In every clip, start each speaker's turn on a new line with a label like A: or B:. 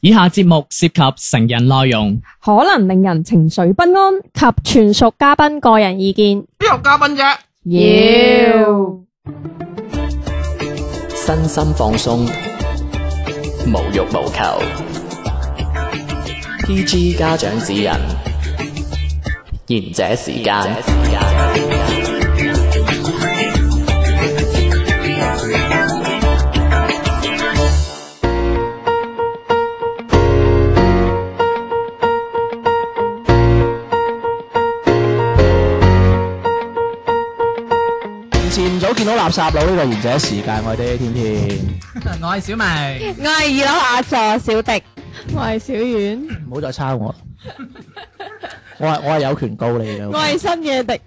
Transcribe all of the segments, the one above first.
A: 以下節目涉及成人內容，
B: 可能令人情緒不安
C: 及全屬嘉賓個人意見。
D: 邊有嘉賓啫？
E: 身心放鬆，無欲無求。PG 家長指引，賢者時間。
F: 年前唔早見到垃圾佬呢個賢者時間，我哋天天
A: 我係小明，
B: 我係二樓阿助小迪，
C: 我係小遠，
F: 唔好再抄我，我係我係有權告你嘅。
C: 係新嘅迪。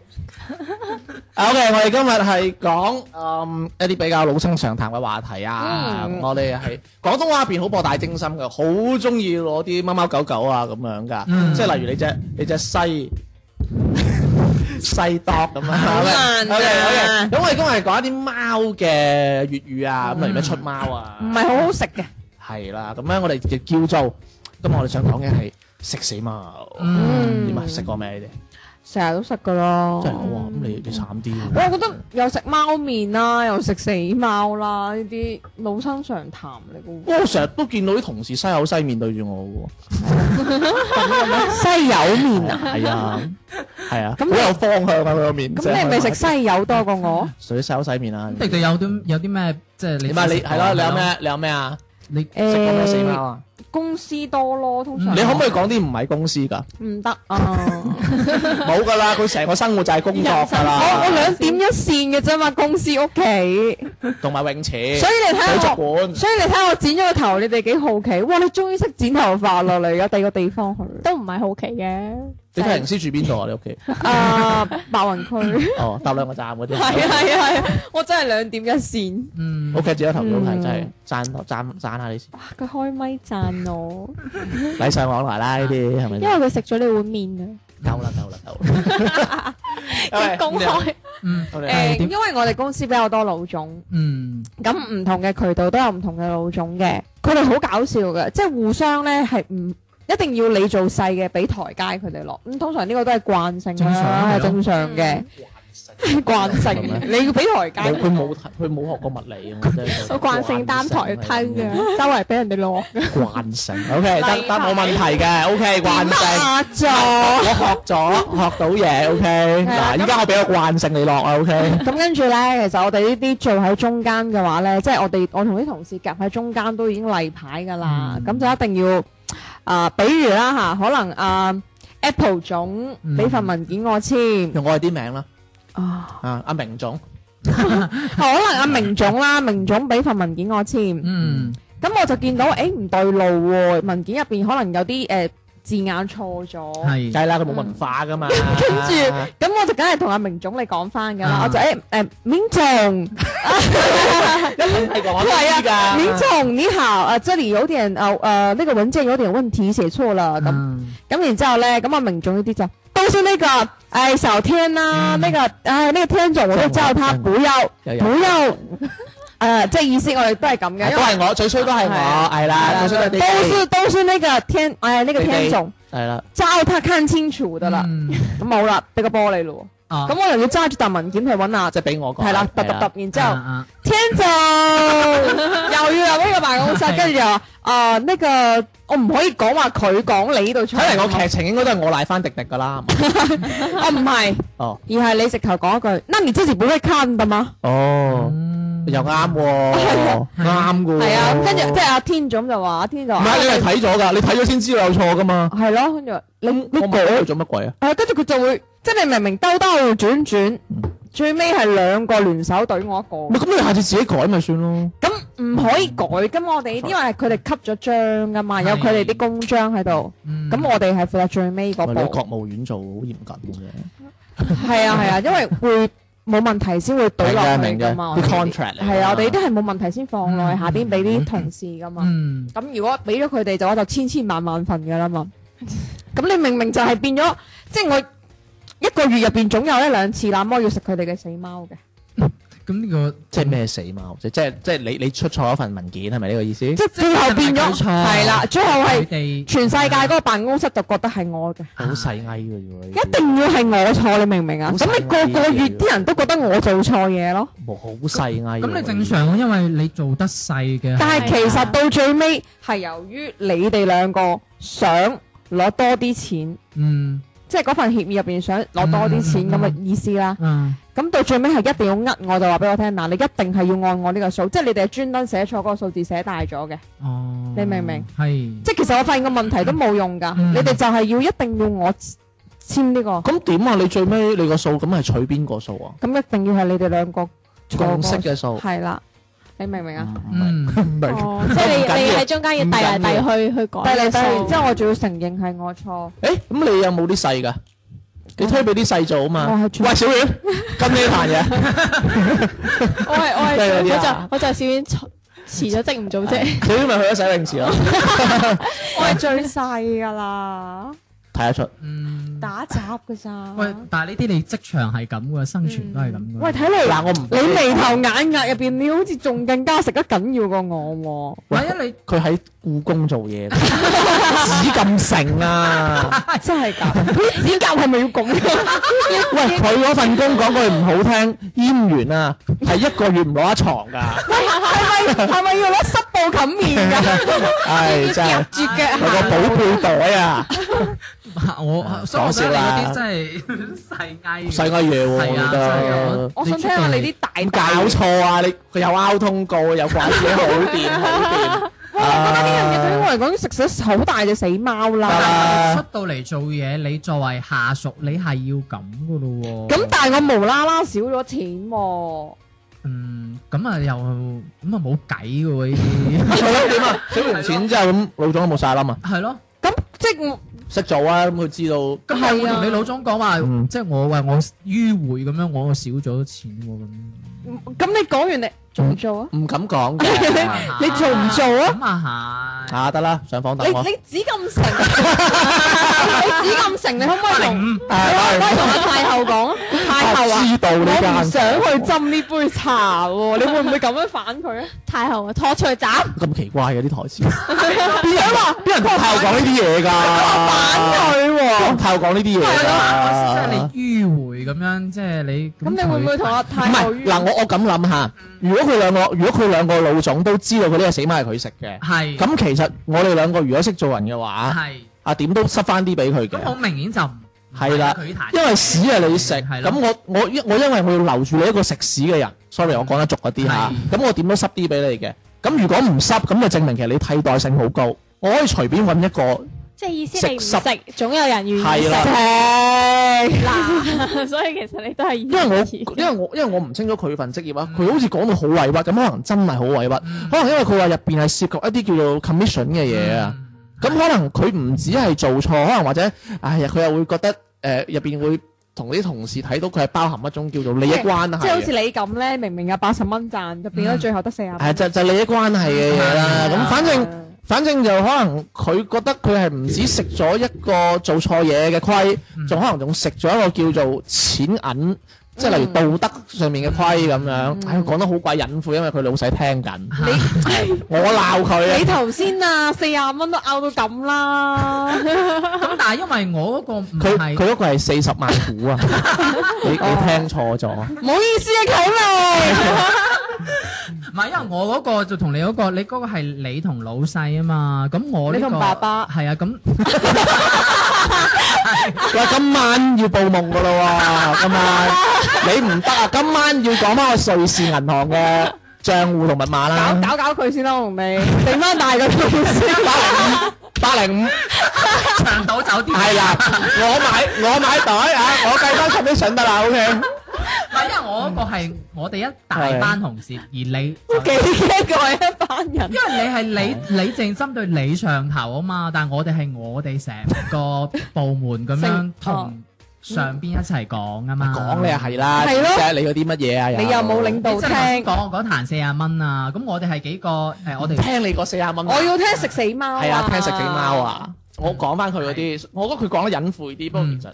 F: 啊 OK，我哋今日係講嗯一啲比較老生常談嘅話題啊，我哋係廣東話入邊好博大精深嘅，好中意攞啲貓貓狗狗啊咁樣噶，即係例如你隻你隻西。 西多咁啊，OK OK，咁我哋今日係講一啲貓嘅粵語啊，咁例如咩出貓啊，
B: 唔係好好食嘅。
F: 係啦，咁咧我哋就叫做，今日我哋想講嘅係食死貓，
A: 嗯
F: 點啊？食過咩？你哋
B: 成日都食噶咯
F: 真係好啊！咁你你慘啲
B: 我
F: 喎，
B: 覺得又食貓面啦，又食死貓啦，呢啲老生常談嚟嘅喎。
F: 我成日都見到啲同事西口西面對住我
B: 西柚
F: 嘅喎，
B: 面啊！
F: 係啊，係啊，好
B: 咁你
F: 有方向啊佢個面。
B: 咁你係咪食西柚多過我？
F: 屬於西口西面啊？
A: 迪迪有啲有啲咩即係你
F: 點啊？你係咯？你有？咩？你有咩啊？
A: 你
B: 嗯
F: 食過咩死
B: 誒
F: 貓啊？
B: 公司多咯，通常
F: 你可唔可以講啲唔係公司㗎？
B: 唔得啊！
F: 冇㗎啦，佢成個生活就係工作㗎
B: 我我
F: 啦，
B: 兩點一線嘅啫嘛，公司屋企。
F: 同埋泳池、水
B: 所以你睇
F: 族
B: 下我，
F: 館。
B: 所以你睇下我剪咗個頭，你哋幾好奇？哇！你終於識剪頭髮落嚟，有第二個地方去。
C: 都唔係好奇嘅，
F: 你睇行師住邊度啊？你屋企？
B: 啊，白雲區。
F: 哦，搭兩個站嗰啲。
B: 係啊係啊係啊！我真係兩點一線。
A: 嗯
F: O K，自己投票係
B: 嗯
F: 真係讚多讚讚下你先，
C: 哇！佢開咪讚我，
F: 禮尚往來啦呢啲係咪
C: 因為？佢食咗你碗面
F: 夠啦夠啦夠
C: 啊，！
F: 啦
C: 公開
A: 嗯
F: 我哋
B: 誒，
A: 係點
B: 因為我哋公司比較多老總，
A: 嗯，
B: 咁唔同嘅渠道都有唔同嘅老總嘅，佢哋好搞笑嘅，即係互相咧係唔一定要你做細嘅俾台階佢哋落，咁通常呢個都係慣性
A: 正常
B: 啦，
A: 係
B: 係
A: 咯
B: 正常嘅，
C: 嗯
B: 係 慣性
F: 咁
B: 嘅，你要俾台
F: 冇
B: 階，
F: 佢冇佢冇學過物理啊！我真係
C: 嘅，我慣性擔台
F: 慣
C: 吞
F: 性
C: 嘅，周圍俾人哋 攞。
F: 慣性 O K 得
B: 例
F: 得冇問題嘅 O K 慣性，
C: 啊
B: 下咗，
F: 我學咗學到嘢 O K
B: 係啊
F: 嗱，依家我俾個慣性你落啊 O K
B: 咁跟住咧，其實我哋呢啲做喺中間嘅話咧，即係我哋我同啲同事夾喺中間都已經例牌㗎啦，
A: 嗯
B: 咁、就一定要啊、比如啦嚇，可能啊、Apple 總
A: 嗯
B: 俾份文件 我簽，哦
F: 用我哋啲名啦
B: 啊
F: 啊阿明總
B: 可能阿明總啦，明總俾份文件我簽，
A: 嗯
B: 咁我就見到誒唔、對路喎、文件入邊可能有啲誒、呃字眼錯咗。
A: 係啊
F: 梗係啦，佢冇文化噶嘛，
B: 跟住，咁我就梗係同阿明總你講翻㗎啦，
A: 啊
B: 我就誒誒，明總，
F: 係講啲
B: 係啊，
F: 㗎
B: 林總你好，啊，這裡有點呃呃那個文件有點問題，寫錯了，咁
A: 嗯
B: 咁然之後咧，咁啊明總呢啲就都是那個，哎小天呐，那個哎那個天總，我就叫他不要
F: 又有啊
B: 不要，呃即係意思我哋都係咁嘅，因
F: 都
B: 為
F: 係我最衰都係我係啦，最衰都係
B: dạ. 都
F: 你
B: 是都是那個天，哎那個天總
F: 係啦。
B: 叫他看清楚的啦，
A: 嗯
B: 咁冇啦，俾個玻璃咯
A: 啊
B: 喎，咁我又要揸住沓文件去揾阿
F: 即係俾我講。
B: 係啦，揼揼揼，然之後。
A: 啊
B: 天 就又要入呢個辦公室，跟住就話啊呢個我唔可以講話佢講你呢度錯，
F: 睇嚟個劇情應該都係我賴翻迪迪噶啦。係嘛
B: 我唔係，
F: 哦
B: 而係你直頭講一句，那你之前不會看的嗎？
F: 哦，
A: 嗯
F: 又啱喎，啱噶喎。
B: 係啊，跟住即係阿天總就話，阿天就
F: 唔
B: 話
F: 係你係睇咗㗎，你睇咗先知道有錯㗎嘛。
B: 係咯，跟住話你你
F: 我問佢
B: 講，
F: 做乜鬼啊？
B: 係跟住佢就會即係你明明兜兜轉轉，最尾係兩個聯手對我一個
F: 咪。咁你下次自己改咪算咯。
B: 咁唔可以改噶嘛？我哋呢啲因為佢哋吸咗章噶嘛，有佢哋啲公章喺度。
A: 嗯
B: 咁我哋係負責最尾嗰
F: 咪你
B: 步。
F: 國務院做好嚴謹嘅，
B: 係啊 係啊，因為會冇問題先會懟落去噶嘛。
F: 明嘅明嘅嗯
B: 我哋
F: 啲 contract 嚟㗎
B: 係啊，我哋啲係冇問題先放落去下邊俾啲同事噶嘛。
A: 嗯
B: 咁如果俾咗佢哋就我就千千萬萬份噶啦嘛。
F: 嗯
B: 咁你明明就係變咗，即係我一個月入邊總有一兩次那麼要食佢哋嘅死貓嘅。
A: 咁呢個
F: 即係咩死貓？即即係即係你你出錯一份文件係咪呢個意思？
B: 即係最後變咗
A: 冇錯
B: 係啦，最後
A: 佢
B: 係
A: 哋
B: 全世界嗰個辦公室就覺得係我嘅，
F: 好細埃嘅啫喎，呢啲
B: 一定要係我錯，你明唔明啊？
F: 好
B: 咁你
F: 神
B: 個
F: 秘
B: 個月
F: 嘅
B: 啲人都覺得我做錯嘢咯，
F: 冇好細埃。
A: 咁你正。常，因為你做得細嘅，
B: 但係其
C: 係啊
B: 實到最尾係由於你哋兩個想攞多啲錢，
A: 嗯
B: 即係嗰份協議入邊想攞多啲錢咁嘅意思啦。
A: 嗯
B: 咁到最尾係一定要呃我，就話俾我聽嗱，你一定係要按我呢個數，即係你哋係專登寫錯嗰個數字寫大咗嘅。
A: 哦，
B: 你明唔明？
A: 係
B: 即係其實我發現個問題都冇用㗎，
A: 嗯
B: 你哋就係要一定要我簽呢、個，
F: 咁點啊？你最尾你個數咁係取邊個數啊？
B: 咁一定要係你哋兩個
F: 共識
B: 錯
F: 嘅數。
B: 係啦，你明唔明啊？
F: 唔係
A: 嗯
F: 唔係
C: 哦，即係你
F: 唔緊要
C: 你喺中間要遞嚟遞去去改
B: 但係
C: 個
B: 你但
C: 數
B: 係之後我仲要承認係我錯，
F: 誒，咁你有冇啲細㗎？你推俾啲細做啊
B: 我
F: 嘛。
B: 係
F: 喂，小 遠，跟呢壇
C: 我係我係
F: 嘢，即係嗰啲
C: 我
F: 啊
C: 就我就小遠辭咗職唔做啫，
F: 小遠咪去咗洗泳 池咯，
B: 我係最細㗎啦，
F: 睇得出。
A: 嗯。
B: 打雜㗎咋
A: 喂，但係呢啲你職場係咁嘅，生存都係咁嘅。
B: 喂，睇嚟
F: 嗱，我唔
B: 你眉頭眼額入邊，你好似仲更加食得緊要過我
A: 喂，萬一你
F: 佢喺故宮做 嘢，紫禁 城啊！
B: 喎，真係㗎，啲指甲係咪要咁？
F: 喂，佢嗰份工講句唔好聽，閹完啊，係一個月唔攞一床 㗎，
B: 喂，係咪係咪要攞濕布冚面㗎？
F: 唉，真係
B: 絕嘅
F: 有個寶貝袋 啊，
A: 我，所以我覺得你嗰啲真係細藝嘅。
F: 細個嘢喎，我
A: 係
F: 覺
A: 啊真係
F: 得
A: 我。
B: 我想聽下你啲大
F: 咁搞
B: 大
F: 錯啊！你佢有拗通告，又怪自己好掂好掂。
B: 我覺得呢樣嘢對於
F: 啊
B: 我嚟講，食咗好大隻死貓啦。
A: 但係出到嚟做嘢，你作為下屬，你係要咁噶咯喎。
B: 咁但係我無啦啦少咗錢喎，
A: 嗯，咁啊又咁啊冇計噶喎呢
F: 係咯點啊？使完錢之後咁，老總有冇晒冧啊？
A: 啲，係咯。
B: 咁即係我
F: 識做啊！咁佢知道
A: 咁你有冇同你老總講話，
F: 嗯
A: 即係我喂我迂迴咁樣，我少咗錢喎咁。
B: 咁你講完你做唔做啊？
F: 唔敢講嘅。
B: 你做唔做啊？
A: 咁啊係。
F: 啊得啦，上房
B: 你
F: 等我。
B: 你指 咁成，你指咁成，你可唔可以同你
F: 啊
B: 可唔可以同阿太 后講啊？太后啊，
F: 知道
B: 我
F: 呢間
B: 唔想去斟呢杯茶喎，你會唔會咁樣反佢啊？
C: 太后啊，拖出去斬。
F: 咁奇怪嘅啲台詞，邊人話邊人同太后講呢啲嘢㗎？反
B: 佢喎，
F: 太后講呢啲嘢
A: 係咯，我意思
F: 㗎。
A: 即係你迂迴咁樣，即係你。
B: 咁你會唔會同阿
F: 唔
B: 太后
F: 係
B: 冤
F: 嗱，我我咁諗下，
A: 嗯
F: 如果佢兩個，如果佢兩個老總都知道佢呢個死貓係佢食嘅，
A: 係
F: 咁其實我哋兩個如果識做人嘅話，
A: 嗯係
F: 啊點都塞翻啲俾佢
A: 咁好
F: 嘅，
A: 明顯就唔
F: 係啦
A: 佢彈。
F: 因為屎係你食，
A: 係咯
F: 咁我我因我因為我要留住你一個食屎嘅人，sorry 我講得俗一啲嚇，
A: 嗯係
F: 咁我點都塞啲俾你嘅，咁如果唔塞，咁就證明其實你替代性好高，我可以隨便揾一個。
C: 即係意思你唔
F: 食
C: 食，總有人願意
F: 係啦
C: 食
B: 食？
C: 嗱， 所以其實你都係
F: 因為 我因
C: 為
F: 為我因為我唔清楚佢份職業
B: 嗯
F: 啊，佢好似講到好委屈，咁可能真係好委屈，可能因為佢話入邊係涉及一啲叫做 commission 嘅嘢啊，
B: 嗯
F: 咁可能佢唔止係做錯，可能或者唉佢又會覺得誒入邊會同啲同事睇到佢係包含一種叫做利益關係
B: 即係好似
F: 嘅，
B: 你咁咧，明明有八十蚊賺，就變咗最後得四十
F: 係
B: 蚊。
F: 就就利益關係嘅嘢啦。
B: 嗯
A: 係啊
F: 咁反正反正就可能佢覺得佢係唔止食咗一個做錯嘢嘅虧，
B: 嗯
F: 仲可能仲食咗一個叫做錢銀，即係例如道德上面嘅虧咁
B: 嗯
F: 樣。唉，講得好鬼隱晦，因為佢老細聽 緊，我鬧
B: 你
F: 佢啊！
B: 頭先啊，四十蚊都拗到 咁啦，
A: 咁但係因為我嗰個唔
F: 佢
A: 係，
F: 佢嗰個係四十萬股啊！ 你你聽錯咗，
B: 唔好意思啊，佢咪
A: 唔係因為我嗰個就同你嗰個，你嗰個係你同老細啊嘛，咁我呢個
B: 你同爸爸
A: 係啊，咁
F: 喂，今晚要報夢噶啦喎！今晚你唔得啊！今晚要講翻個瑞士銀行嘅帳戶同密碼啦。
B: 搞搞搞佢先啦，我同你定翻大佢先。
F: 八零五
A: 長島酒店
F: 係啦，我買我買袋啊，我計翻十啲筍得啦，OK。
A: 唔係因為我嗰個係我哋一大班同事，而你就
B: 都幾驚佢一班人
A: 因。為你係
D: 啊
A: 你你淨針對你上頭啊嘛，但係我哋係我哋成個部門咁樣
B: 成哦
A: 同上邊一齊講啊嘛，
F: 講你又係啦，
B: 係咯
F: 即係你嗰啲乜嘢啊？
B: 你又冇領
A: 你
B: 導
A: 即係頭先
B: 聽，
A: 講我嗰壇四廿蚊啊，咁我哋係幾個誒、我哋
F: 聽你嗰四廿蚊。啊
B: 我要聽食死貓啊！
F: 係啊，聽食死貓！啊！我講翻佢嗰啲，我覺得佢講得隱晦啲，不過其實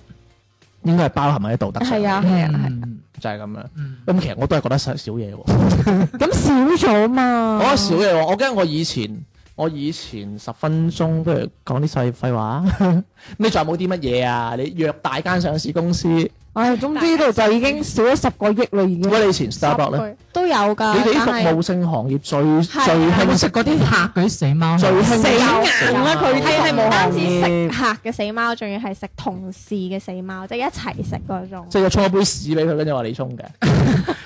F: 應該係包含喺道德上。
B: 係啊，係啊，係。
A: 嗯
F: 就係咁樣。
A: 嗯
F: 咁其實我都係覺得少少嘢喎，
B: 哦咁少咗嘛
F: 我覺？得少嘢喎。我驚我以前我以前十分鐘不如講啲細廢話。 你仲有冇啲乜嘢啊？你約大間上市公司，喂
B: 唉，總之呢度就已經少咗十個億啦，已經。
F: 你以前 Starbucks 咧？
C: 都有㗎，
F: 你哋啲服
C: 但係
F: 務性行業最
C: 係
F: 最
A: 有冇
F: 興
A: 食嗰啲客嗰啲死貓？
F: 最興
B: 死
C: 硬
B: 啦佢
C: 係係
B: 服
C: 唔
B: 務
C: 單
B: 行
C: 止
B: 業
C: 食客嘅死貓，仲要係食同事嘅死貓，即係一齊食嗰種。
F: 即係沖一杯屎俾佢，跟住話你沖嘅。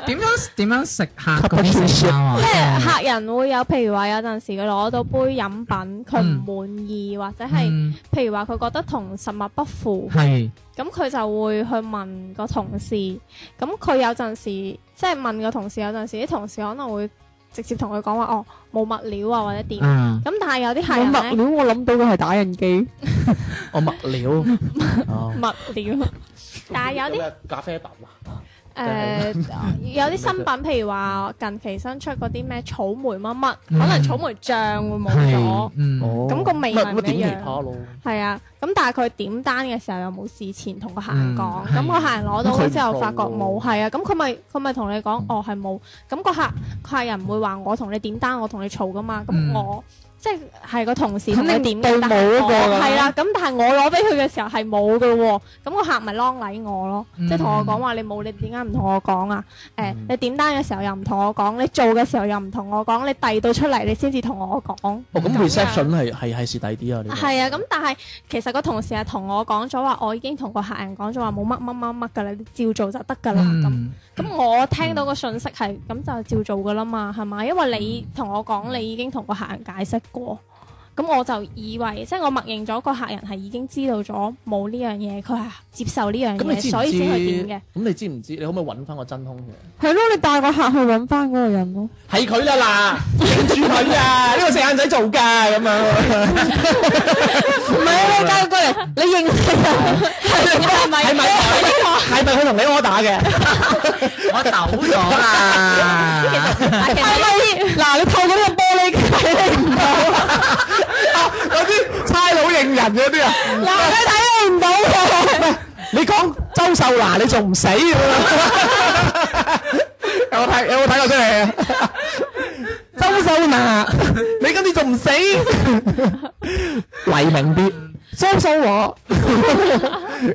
A: 點樣點樣食客嗰啲死貓啊？
C: 即係客人會有，譬如話有陣時佢攞到杯飲品，佢
A: 嗯
C: 唔滿意，或者係
A: 嗯
C: 譬如話佢覺得同實物不符，
A: 係
C: 咁佢就會去問個同事。咁佢有陣時即係問個同事，有陣時啲同事可能會直接同佢講話哦冇物料啊或者點。咁
A: 嗯
C: 但係有啲客
B: 我
C: 人
B: 物
C: 咧
B: 料我諗到嘅係打印機，
F: 我物料，哦
C: 物料， 但係有啲。
F: 咖啡豆啊，
C: 誒、有啲新品，譬如話近期新出嗰啲咩草莓乜乜，
A: 嗯
C: 可能草莓醬會冇咗
A: 係，嗯
F: 哦
C: 咁個味咪唔
F: 咪
C: 一
F: 點其
C: 樣。
F: 他咯。
B: 嗯
C: 係啊，咁但係佢點單嘅時候又冇事前同個客人講，
A: 嗯
C: 咁個客人攞到
F: 咁佢唔
C: 之後發覺
F: 報
C: 冇，
F: 喎
C: 係啊，咁佢咪佢咪同你
B: 嗯
C: 講，哦係冇，咁個客客人唔會話我同你點單，我同你嘈噶嘛，
A: 嗯
C: 咁我即係係個同事
B: 肯
C: 同
B: 定
C: 你點嘅單，
B: 對冇嗰個㗎啦
C: 係啦，咁但係我攞俾佢嘅時候係冇嘅喎，咁個客咪啷禮我咯，
A: 嗯
C: 即係同我講話你冇，你點解唔同我講啊？
B: 嗯
C: 誒，你點單嘅時候又唔同我講，你做嘅時候又唔同我講，你遞到出嚟你先至同我講。
F: 哦，咁 reception 係係係蝕底啲啊？呢個
C: 係啊，咁但係其實個同事係同我講咗話，我已經同個客人講咗話冇乜乜乜乜㗎啦，你照做就得㗎啦咁。
A: 嗯
C: 咁、我聽到個信息係咁就照做㗎啦嘛，係嘛？因為你同我講你已經同個客人解釋過，咁我就以為即係我默認咗個客人係已經知道咗冇呢樣嘢，佢係接受呢樣
F: 咁你
C: 嘢，
F: 知唔
C: 所以先去
F: 知？
C: 點嘅。
F: 咁你知唔知？你可唔可以揾翻個真兇嘅？
B: 係咯，你帶個客去揾翻嗰個人咯。
F: 係佢啦嗱，認住佢啊！ 呢個四眼仔做㗎咁樣，
B: 唔係你帶過嚟，你認
C: 係咪？
F: 係咪係咪佢同你 order 嘅？
A: 我走咗啦。
C: 但其實
B: 嗱，你透過呢個玻璃睇你唔到，
F: 有啲差佬認人嗰啲啊！
B: 嗱你睇你唔到嘅。
F: 你講周秀娜，你仲唔死咁樣有 冇睇有冇睇過出嚟啊？周秀娜，你今次仲唔死？黎明啲，周秀我，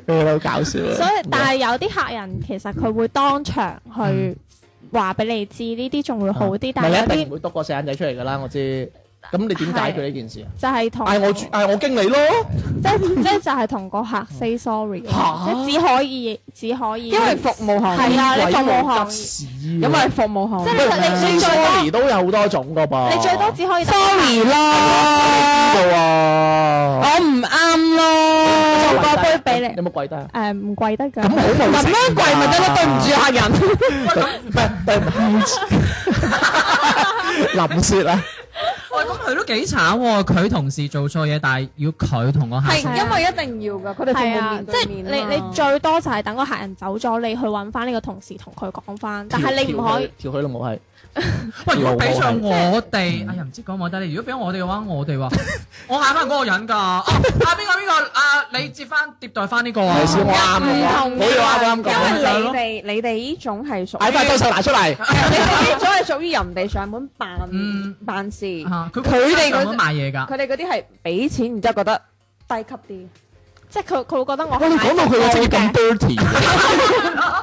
F: 你好搞笑啊！
C: 所以，但係有啲客人其實佢會當場去話俾你知，呢啲仲會好啲。但
F: 嗯啊唔
C: 係有
F: 係你一定唔
C: 啲
F: 會篤個四眼仔出嚟㗎啦，我知。咁你點解決呢件事啊？
C: 就係同
F: 嗌我主嗌我經理咯，
C: 即係 即係就係同個客 say sorry，即係只可以只可以，
B: 因為服務行業
C: 係啊，你服務行業，
F: 屎
B: 因為服務行
C: 即
B: 業
C: 係你你最多
F: sorry 都有好多種㗎噃。
C: 你最多只可以
B: 哦 sorry
F: 知
B: 咯，
F: 道喎。
B: 我唔啱
C: 做
B: 咯，
C: 個杯俾你
F: 有冇跪低啊？
C: 誒唔貴得
F: 咁
C: 㗎。
F: 好冇
B: 咁樣跪咪得咯，對唔住客
F: 住，唔
B: 人。
F: 係對唔 住。林雪啊，
A: 喂，咁佢都幾慘喎！佢同事做錯嘢，但係要佢同個客
B: 係
A: 人。
B: 因為一定要噶，佢哋服
C: 係
B: 務
C: 啊，
B: 面
C: 即
B: 對
C: 係
B: 面
C: 你你最多就係等個客人走咗，你去揾翻呢個同事同佢講翻，但係你唔可以。
F: 跳佢老母係，
A: 喂，如果俾上
F: 我
A: 我哋，哎呀唔知講冇得你。如果俾我哋嘅話，我哋話我嗌翻嗰個人㗎。啊，啊邊個邊個啊？你接翻迭代翻呢個啊
F: 你？笑我啱啊，
B: 唔同嘅
F: 我要啱啱
A: 因為
F: 講，
A: 係咯
B: 哋你哋呢種係屬
F: 嗌塊對手拿出嚟，
B: 你哋呢種係屬於人哋上門辦
A: 嗯
B: 辦事，佢
A: 啊佢
B: 佢哋嗰
A: 咁賣嘢㗎。
B: 哋嗰啲係俾錢，然之後覺得低級啲。
C: 即係佢佢會覺得我
F: 我哋講到佢個職業咁 dirty，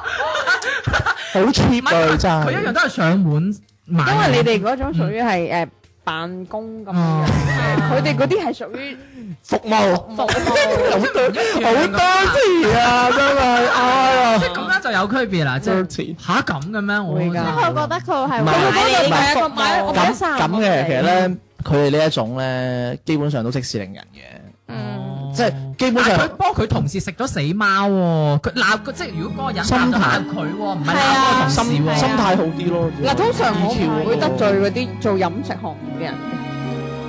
F: 好
A: 唔
F: cheap 啊
A: 係
F: 真
A: 佢一樣
F: 係。
A: 都係上門賣嘢。
B: 因為你哋嗰種屬於係誒辦公咁樣，佢哋嗰啲係屬於
F: 服務
B: 服務。
F: 好 dirty，好 dirty 啊真係，哎呀
A: 即係咁樣就有區別啦，即係
F: ，dirty。
A: 吓咁嘅咩？我
B: 嗯會㗎
C: 即係佢覺得佢係
F: 唔係
C: 買你
F: 唔
C: 呢
B: 係
C: 個
B: 啊
C: 服
B: 買我
C: 務
B: 買
F: 咁
B: 一三
F: 咁
B: 我
F: 嘅
B: 哋
F: 其實咧，佢哋呢一種咧，基本上都息事寧人嘅。
C: 嗯。
A: 哦
F: 即係基本上
A: 但係佢幫佢同事食咗死貓喎，佢鬧佢即係如果嗰個人鬧就鬧佢喎，唔係鬧嗰個同事
F: 啊心
A: 喎。
F: 心態好啲咯。
B: 嗱，通常我唔會得罪
F: EQ
B: 嗰啲做飲食行業嘅人，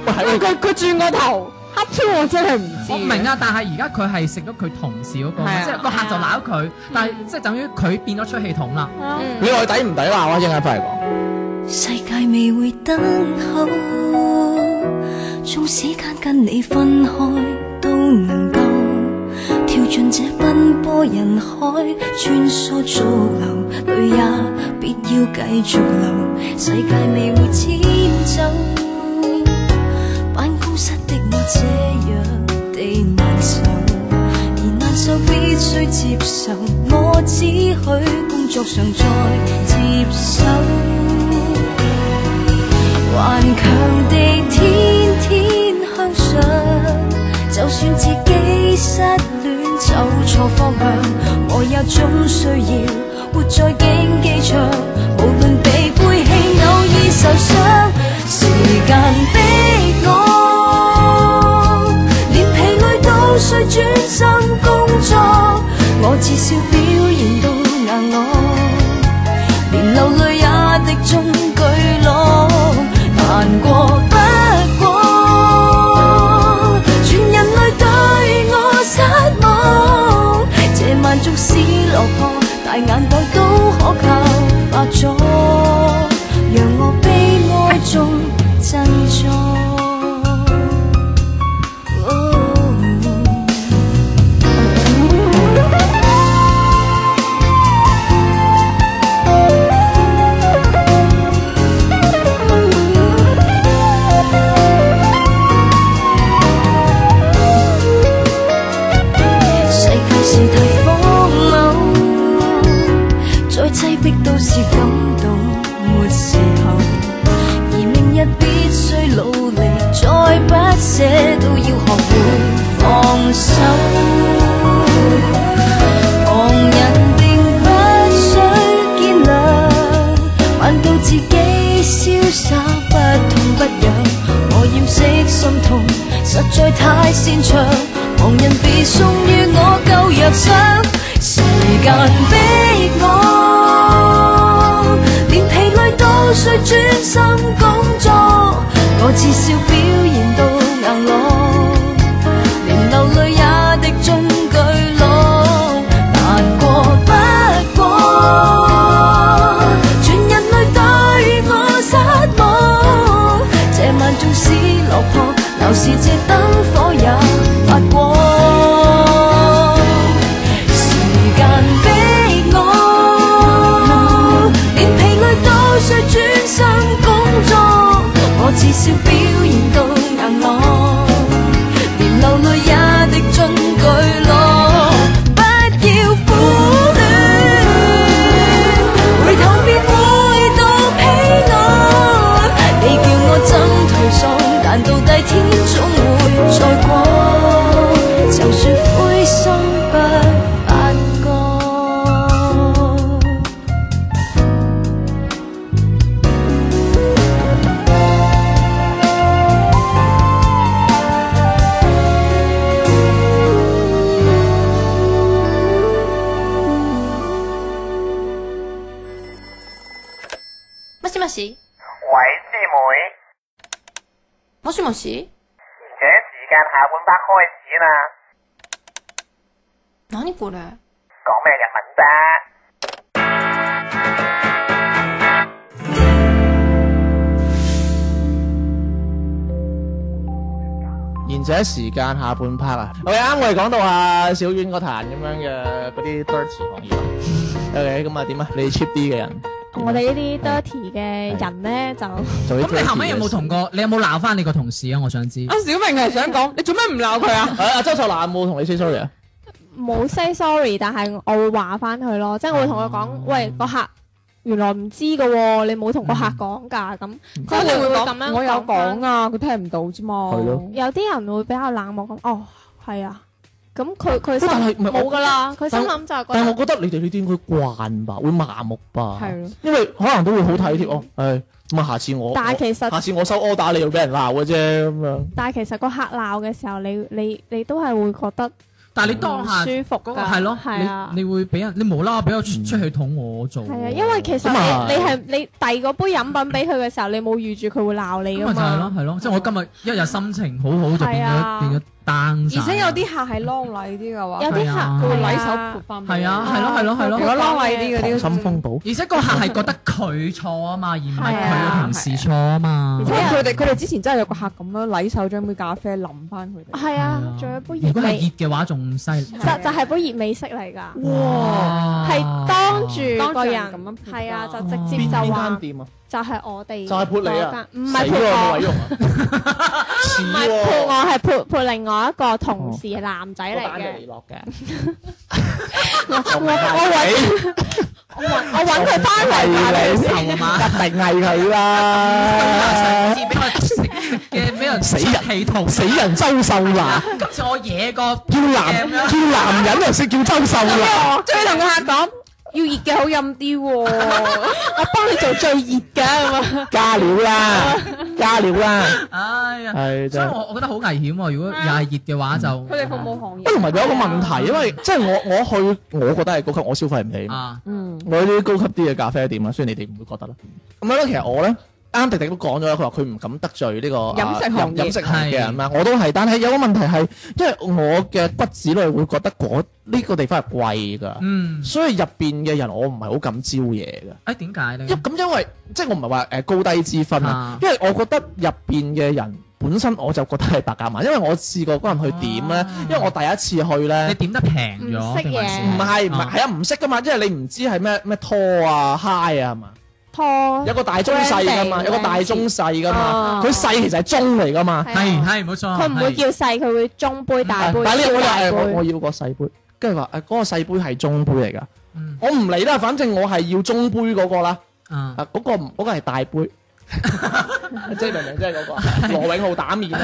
F: 喂係
B: 因為
F: 喎
B: 佢佢轉個頭黑超，我真係唔知。
A: 我明啊，但係而家佢係食咗佢同事嗰個
B: 係
A: 嘛，
B: 啊
A: 即係個客就鬧佢，但係即係等於佢變咗出氣筒啦。
B: 啊。
F: 你話佢抵唔抵鬧啊？一陣間翻嚟講。
D: 世界未會等好，縱使間跟你分開，都能夠跳尽这奔波人海，穿梭逐流，泪也必要继续流。世界未会迁就，办公室的我这样地难受，而难受必须接受，我只许工作上再接手。顽强地天天向上，就算自己失恋走錯方向，我也總需要活在競技場。無論被背棄，偶爾受傷，時間逼我，連疲累都需專心工作，我至少表現到硬朗。連流淚也的中舉落，難過不過，全人類對我失望，這萬眾使落魄，大眼袋都可靠化咗，讓我悲哀中振作。哦世界是太荒謬，再擠迫都是感到沒時候。而明日必須努力，再不捨都要學會放手。旁人並不想見諒，扮到自己瀟灑不痛不癢。我厭識心痛，實在太擅長，旁人被送於我夠弱傷，時間逼我，連疲累都需專心工作，我至少表現到硬朗。連流淚也滴進巨浪，難過不過，全人類對我失望，這晚縱使落魄，鬧市這燈火也發光。時間逼我，連疲累都需專心工作，我至少表現到硬朗。連流淚也滴進巨浪，不要苦戀，回頭便會到疲累。你叫我怎退縮，但到第天總會再過，就算灰心不發覺。
G: もしもし
H: 喂，師妹，
G: もしもし
H: 而且時間下半 part 開始啦，
G: 何これ
H: 講咩日文啫？
F: 賢者時間下半 part 啊，OK 啱我哋講到啊小丸嗰壇咁樣嘅嗰啲 dirty 行業啊，OK 咁啊點啊？你 cheap 啲嘅人，
C: 我哋呢啲 dirty 嘅人咧就。
F: 做啲
A: 咁你後
F: dirty
A: 尾有冇
F: 嘅事
A: 同過？你有冇鬧翻你個同事啊？我想知。
B: 阿小明係想講，你做咩唔鬧佢啊？
F: 係啊？周秀娜有冇同你 say sorry 啊？
C: 冇 say sorry，但係我會話翻佢咯，即係我會同佢講，喂個客原來唔知噶喎，你冇同個客講㗎，咁佢
B: 即
C: 哋
B: 係
C: 會
B: 會
C: 咁樣
B: 講，我有
C: 返
B: 講啊，佢聽唔到啫嘛。
F: 係咯
C: 有啲人會比較冷漠咁，哦係啊，咁佢佢心
F: 但係唔係我
C: 冇㗎啦，佢心諗就係覺
F: 但係
C: 得
F: 我覺得你哋呢啲應該慣吧，會麻木吧，
B: 係咯，
F: 因為可能都會好體貼哦。誒咁啊，下次我
C: 但係其
F: 我
C: 實
F: 下次我收 order 你要俾人鬧嘅啫咁樣。
C: 但係其實個客鬧嘅時候，你你你都係會覺得
A: 但係你當下
C: 唔舒服
A: 嗰個
C: 㗎
A: 係咯，
C: 嗯係啊
A: 你你會俾人你無啦啦俾我出
F: 嗯
A: 出去捅我做喎。
C: 係啊，因為其實
F: 咁啊
C: 你你係你遞嗰杯飲品俾佢嘅時候，你冇預住佢會鬧你
A: 咁
C: 㗎
A: 咪就係
C: 嘛
A: 咯，。係咯，即係我今日一日心情好好就變
C: 係
A: 咗
C: 啊
A: 變咗 down
B: 而
A: 晒
B: 且有啲客係啷禮啲嘅話，
C: 有啲
A: 係啊
C: 客
B: 佢會
C: 會
B: 禮
C: 禮
B: 手
C: 手
B: 潑翻。
A: 係啊，係咯，係咯，係
B: 如果
A: 咯。
B: 啷禮啲嗰啲，
F: 溏心風暴。
A: 而且個客係覺得佢錯啊嘛，而唔係
C: 係
A: 佢
C: 啊
A: 嘅同事錯啊嘛
B: 而。且佢哋佢哋之前真係有個客咁樣禮手將杯咖啡淋翻佢哋。
C: 係
A: 係啊
C: 啊，仲有一
A: 如
C: 杯熱
A: 果係
C: 味，
A: 熱嘅話，仲犀利
C: 就。就係杯熱美式嚟㗎，
A: 哇
C: 係當
B: 當
C: 住
B: 住
C: 個
B: 人咁樣
C: 人
B: 潑，
C: 係啊，就
B: 㗎
C: 直接
F: 邊
C: 就
F: 邊間
C: 話
F: 店啊？
C: 就係我哋
F: 就係潑你
C: 嗰
F: 啊
C: 間唔
F: 死
C: 係
F: 咯，
C: 潑
F: 冇
C: 我
F: 位。用啊！似
C: 唔係潑
F: 喎，
C: 我，係潑潑另外一個同事
F: 哦
C: 男仔嚟
F: 嗰單係你
C: 嘅。
F: 落嘅。
C: 我我揾我揾我揾佢翻嚟話佢先
A: 頭嘛，
F: 一定係 佢啦
A: 上！次俾我食食嘅俾人
F: 死人
A: 氣圖，
F: 死人周秀娜，
A: 今次我惹個
F: 叫男叫男人又識叫周秀娜，
B: 仲要同個客講要熱嘅好飲啲 喎，我幫你做最熱嘅咁啊！
F: 加料 啦，加料啦，
A: 哎呀，
F: 係
A: 所以
F: 真係
A: 我我覺得好危險喎。如果又
C: 嗯
A: 係熱嘅話就
B: 佢哋服務行
F: 不
B: 業
F: 過同埋佢有一個問題，因為即係我我去，我覺得係高級，我消費唔起。
A: 啊，
B: 嗯。
F: 我呢啲高級啲嘅咖啡係點啊？雖然你哋唔會覺得啦。咁樣咧，其實我咧啱迪迪都講咗啦，佢話佢唔敢得罪呢個啊
B: 飲食行業
F: 飲飲食行業嘅人啦。我都係，但係有個問題係，因為我嘅骨子裏會覺得嗰呢個地方係貴㗎。
A: 嗯，
F: 所以入邊嘅人我唔係好敢招嘢嘅，
A: 哎點解咧
F: 因？咁因為即係我唔係話誒高低之分啊
A: 啊，
F: 因為我覺得入邊嘅人本身我就覺得係白鴿萬，因為我試過嗰人去點咧
A: 哦，
C: 啊
F: 因為我第一次去
A: 你
F: 咧，
A: 點得平咗
C: 唔識
A: 定還是？
F: 唔係唔係
A: 啊
F: 係啊唔識噶嘛，因為你唔知係咩咩拖啊 high 啊係嘛，
C: 拖
F: 有個大中細噶
C: Branding，
F: 嘛，有個大中細噶嘛
C: 哦，
F: 佢細其實係中嚟噶嘛，
A: 哦
C: 係
F: 啊
A: 係
C: 啊
A: 係冇錯，
C: 佢唔會
A: 係
C: 叫細，佢會中杯大
F: 但
C: 杯
F: 係呢
C: 超
F: 我
C: 大
F: 誒我我
C: 杯。
F: 要個細杯，跟住話呃誒嗰個細杯係中杯嚟㗎，
A: 嗯
F: 我唔理啦，反正我係要中杯嗰個啦。
A: 啊
F: 啊，嗰、個唔嗰、個係大杯， 即係明明即係嗰個羅永浩打面啊，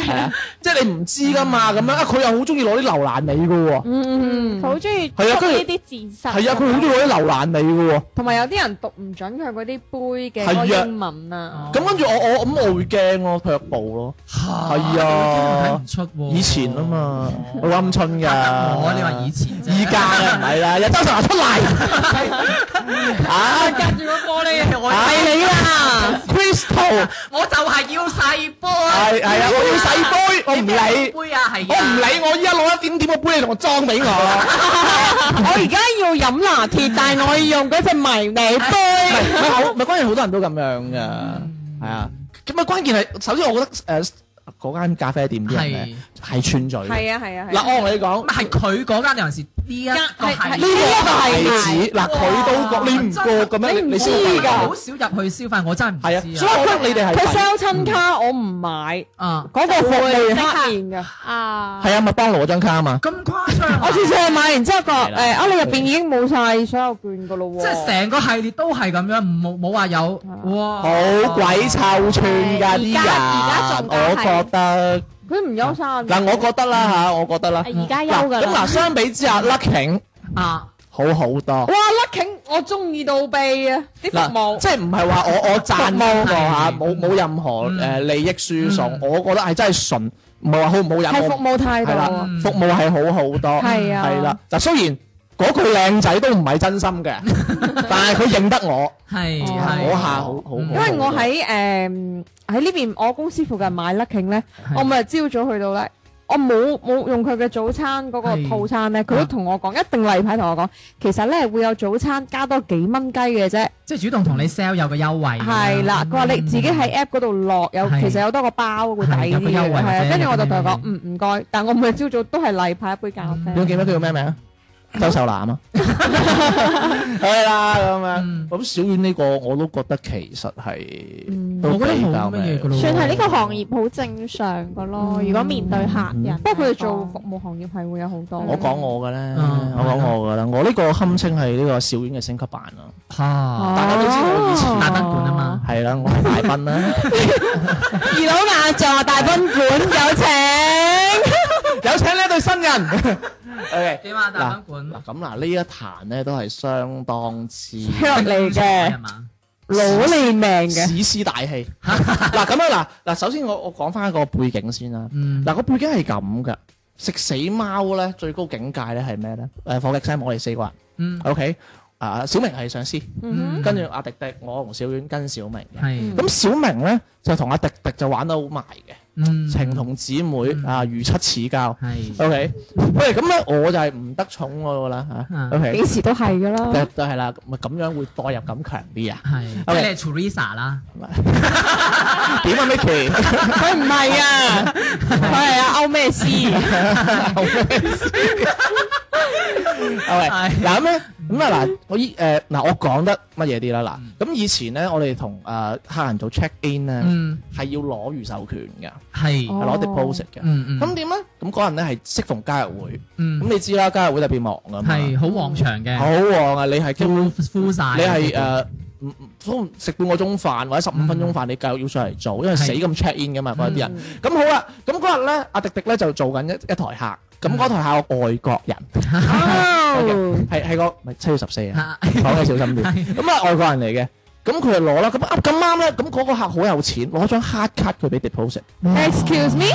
F: 係啊，即係你唔知噶嘛，咁樣啊，佢又好中意攞啲牛腩味嘅喎，
B: 嗯
C: 佢，好中意捉
F: 係啊跟住
C: 呢啲字殺。
F: 係啊，佢好中意攞啲牛腩味嘅喎，
B: 同埋有啲人讀唔準佢嗰啲杯嘅
F: 係啊
B: 嗰個英文啊，
F: 咁跟住我我咁我會驚咯，卻步咯，係
A: 睇
F: 啊
A: 唔，出喎，
F: 以前啊嘛，我鵪鶉㗎，哦
A: 我你話以前啫，
F: 依家啊唔 係啦，有周神話出嚟，啊，
A: 隔住個玻璃，我
F: 係你 啦，Crystal，
A: 我就係要細波，
F: 係係啊，我要細杯，我唔理。
A: 杯啊，係
F: 我唔
A: 啊。
F: 理，我依家攞一點點個杯你同我裝 俾我。
B: 我而家要飲拿鐵，但係我要用嗰只迷你
F: 唔
B: 杯。
F: 係好，唔係關鍵好多人都咁樣噶，係啊。咁啊，關鍵係首先我覺得誒嗰間咖啡店啲人咧係串嘴嘅。
B: 係啊係啊係啊。
F: 嗱，我同你
A: 咁
F: 講，
A: 係佢嗰間定還是呢一個係？
F: 呢個牌子嗱，佢都覺你唔覺嘅咩？你消費
A: 我
F: 㗎
A: 好少入去消費，我真
F: 係
A: 係
F: 啊，
A: 唔知
F: 所以
A: 啊。
F: 我覺得你哋係
B: 佢
F: 弊
B: sell 親卡，我唔買，
A: 啊，
B: 嗰個服務黑面
C: 黑
B: 㗎。
C: 啊，
F: 係啊，麥當勞嗰張卡啊嘛。
A: 咁誇張啊！
B: 我次次去買完之後個
F: 係
B: 誒
F: 啦
B: 啊，你入邊已經冇晒所有券㗎咯喎。
A: 即係成個系列都係咁樣，冇冇話有哇，
F: 好
A: 哦
F: 鬼臭串㗎啲
C: 而家而家
F: 人，
C: 仲
F: 我覺得
B: 佢唔優生
F: 嗱，我覺得啦嚇，我覺得啦。
C: 啊而家休
F: 嗱
C: 㗎
F: 咁嗯嗱，
C: 啦。
F: 相比之下，Lucking
A: 啊！
F: 好好多。
B: 哇 Lucking 我中意到痹啊！啲服
F: 嗱，
B: 務
F: 即係唔係話我我賺呢個嚇，
A: 服務
F: 冇冇任何
A: 嗯
F: 誒利益輸送
A: 嗯，
F: 我覺得係真係純，唔係話好唔好
B: 係
F: 飲，
B: 服
F: 我
B: 務態度
F: 係啦
B: 啊，
A: 嗯，
F: 服務係好好多，
B: 係啊
F: 係啦。嗱，雖然嗰句靚仔都唔係真心嘅， 但係佢認得我，
A: 係係嗯
F: 嗰下好好好。
A: 因
B: 因為我喺誒喺呢邊我公司附近買 Lucking 咧，我咪朝早去到咧。我冇冇用佢嘅早餐嗰個
A: 係
B: 套餐咧，佢都同我講，一定例牌同我講，其實咧會有早餐加多幾蚊雞嘅啫，
A: 即係主動同你 sell 有個優惠嗯㗎。
B: 係啦。佢話你自己喺 app 嗰度落，有
A: 係
B: 其實有多個包會抵
A: 係有
B: 啲
A: 個優
B: 嘅，
A: 惠或者
B: 係啊。跟住我就同佢
A: 有
B: 講
A: 啲，
B: 嗯唔該，但我每日朝早都係例牌一杯咖啡
F: 你。記唔記得佢叫咩名啊？
A: 嗯
F: 周秀娜 啊嘛，係啦咁
A: 嗯
F: 樣。咁小婉呢個我都覺得其實係都
A: 嗯我覺得
F: 比較
A: 冇乜嘢㗎咯
C: 算係呢個行業好正常㗎
F: 嗯
C: 咯。如果面對客人，
B: 不過佢哋做服務行業係會有好多。
F: 我講我嘅咧，
A: 嗯
F: 我講我嘅啦，我呢個堪稱係呢個小院嘅升級版啦。
A: 嚇
F: 大家都知我以前
A: 大賓館啊嘛，
F: 係啦，我 係大賓啦，
B: 二樓雅座大賓館有請。
F: 有請呢一對 新人。OK，
A: 點啊？大賓館
F: 嗱咁嗱呢一壇咧都係相當之
B: 腳嚟嘅
A: 係，嘛？
B: 攞你命嘅。
F: 史詩大戲。 嗱咁樣嗱嗱，首先我我講翻個背景先啦。
A: 嗯，
F: 嗱個背景係咁嘅，食死貓咧最高境界咧係咩咧？誒，火力山我哋四個人
A: 嗯
F: ，OK，啊小明係上司，
A: 嗯
F: 跟住阿迪迪，我同小婉跟小明嘅。
A: 係
F: 咁小明咧就同阿迪迪就玩得好埋嘅，
A: 嗯，
F: 情同姊妹
A: 嗯
F: 啊，如漆似膠。
A: 係
F: O K，喂，咁咧我就係唔得寵嗰個啦
A: 嗯
F: 嚇。O K，
B: 幾時都係㗎啦
F: 都。都係啦，咁啊咁樣會代入感強啲啊？
A: 係，即係你係 Teresa 啦，
F: 點啊，Micky？
B: 佢唔 係啊，佢係啊歐 咩斯。
F: 係
A: 係
F: 嗱咁咧，咁啊嗱，我依誒嗱，我講得乜嘢啲啦嗱，咁以前咧，我哋同誒客人做 check in 咧，
A: 嗯，
F: 係要攞預授權嘅，
A: 係，
F: 係攞 deposit 嘅。
A: 嗯嗯，
F: 咁點咧？咁嗰陣咧係適逢交易會，
A: 嗯
F: 咁你知啦，交易會特別忙噶嘛，
A: 係好旺場嘅，
F: 好旺啊！你係基本
A: full full 曬，
F: 你係誒唔唔都食半個鐘飯或者十五分鐘飯，你繼續要上嚟做，因為
A: 嗯係嗯
F: 死咁 check in 噶嘛嗰啲人。咁好啦，咁嗰日咧，阿迪迪咧就做緊一一台客，
A: 嗯
F: 咁嗰台客外 國人，
B: 哦
F: OK，係係個咪七月十四啊，
A: 嚇
F: 講嘢小心啲。
A: 係
F: 咁啊，外國人嚟嘅。咁佢就攞啦，咁啊咁啱咧，咁嗰個客好有錢，攞張 hard card 佢俾 deposit，
B: ，excuse me，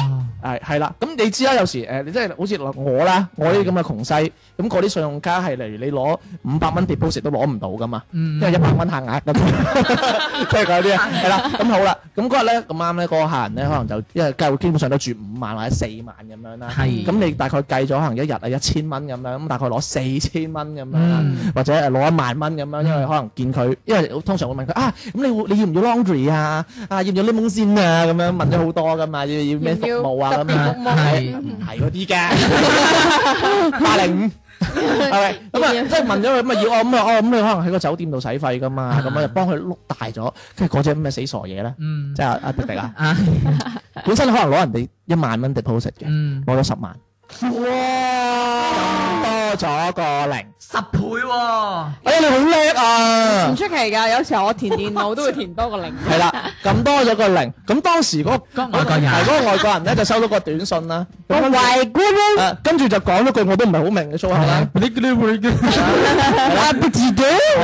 F: 係係啦。咁你知啦，有時誒，你即係好似我啦，我呢啲咁嘅窮西，咁嗰啲信用卡係例如你攞五百蚊 deposit 都攞唔到噶嘛。
A: 嗯，
F: 因為一百蚊限額咁， 即係嗰啲啊，係啦。咁好啦，咁嗰日咧咁啱咧，嗰個客人咧可能就因為計會基本上都住五萬或者四萬咁樣啦。
A: 係
F: 咁你大概計咗可能一日係一千蚊咁樣，咁大概攞四千蚊咁樣啦
A: 嗯，
F: 或者係攞一萬蚊咁樣，因為可能見佢，因為通常會問佢啊，咁你會你要唔要 laundry 啊？啊，要唔要 lemon 先啊？咁樣問咗好多噶嘛，要要咩服務啊？咁樣
A: 係
F: 唔係嗰啲嘅，八零五。係咪？咁啊，即係問咗佢咁啊，要我咁啊，哦咁你可能喺個酒店度使費噶嘛，咁啊就幫佢碌大咗，跟住嗰只咁嘅死傻嘢咧，
A: 嗯
F: 即係阿阿迪 迪啊，
A: 啊
F: 本身可能攞人哋一萬蚊 deposit 嘅，
A: 嗯
F: 攞咗十萬，哇，多咗個零，
A: 十倍喎，
F: 哎呀你好叻
B: 唔
F: 啊！
B: 出奇㗎。有時候我填電腦都會填多個零。
F: 係啦，咁多咗個零，咁當時嗰個
A: 嗰個外國人
F: 係嗰個外國人咧就收到個短信啦，
B: 我
F: 咁
B: 為 g
F: 誒跟住就講咗句我都唔係好明嘅粗口啦。
B: 啊，不知道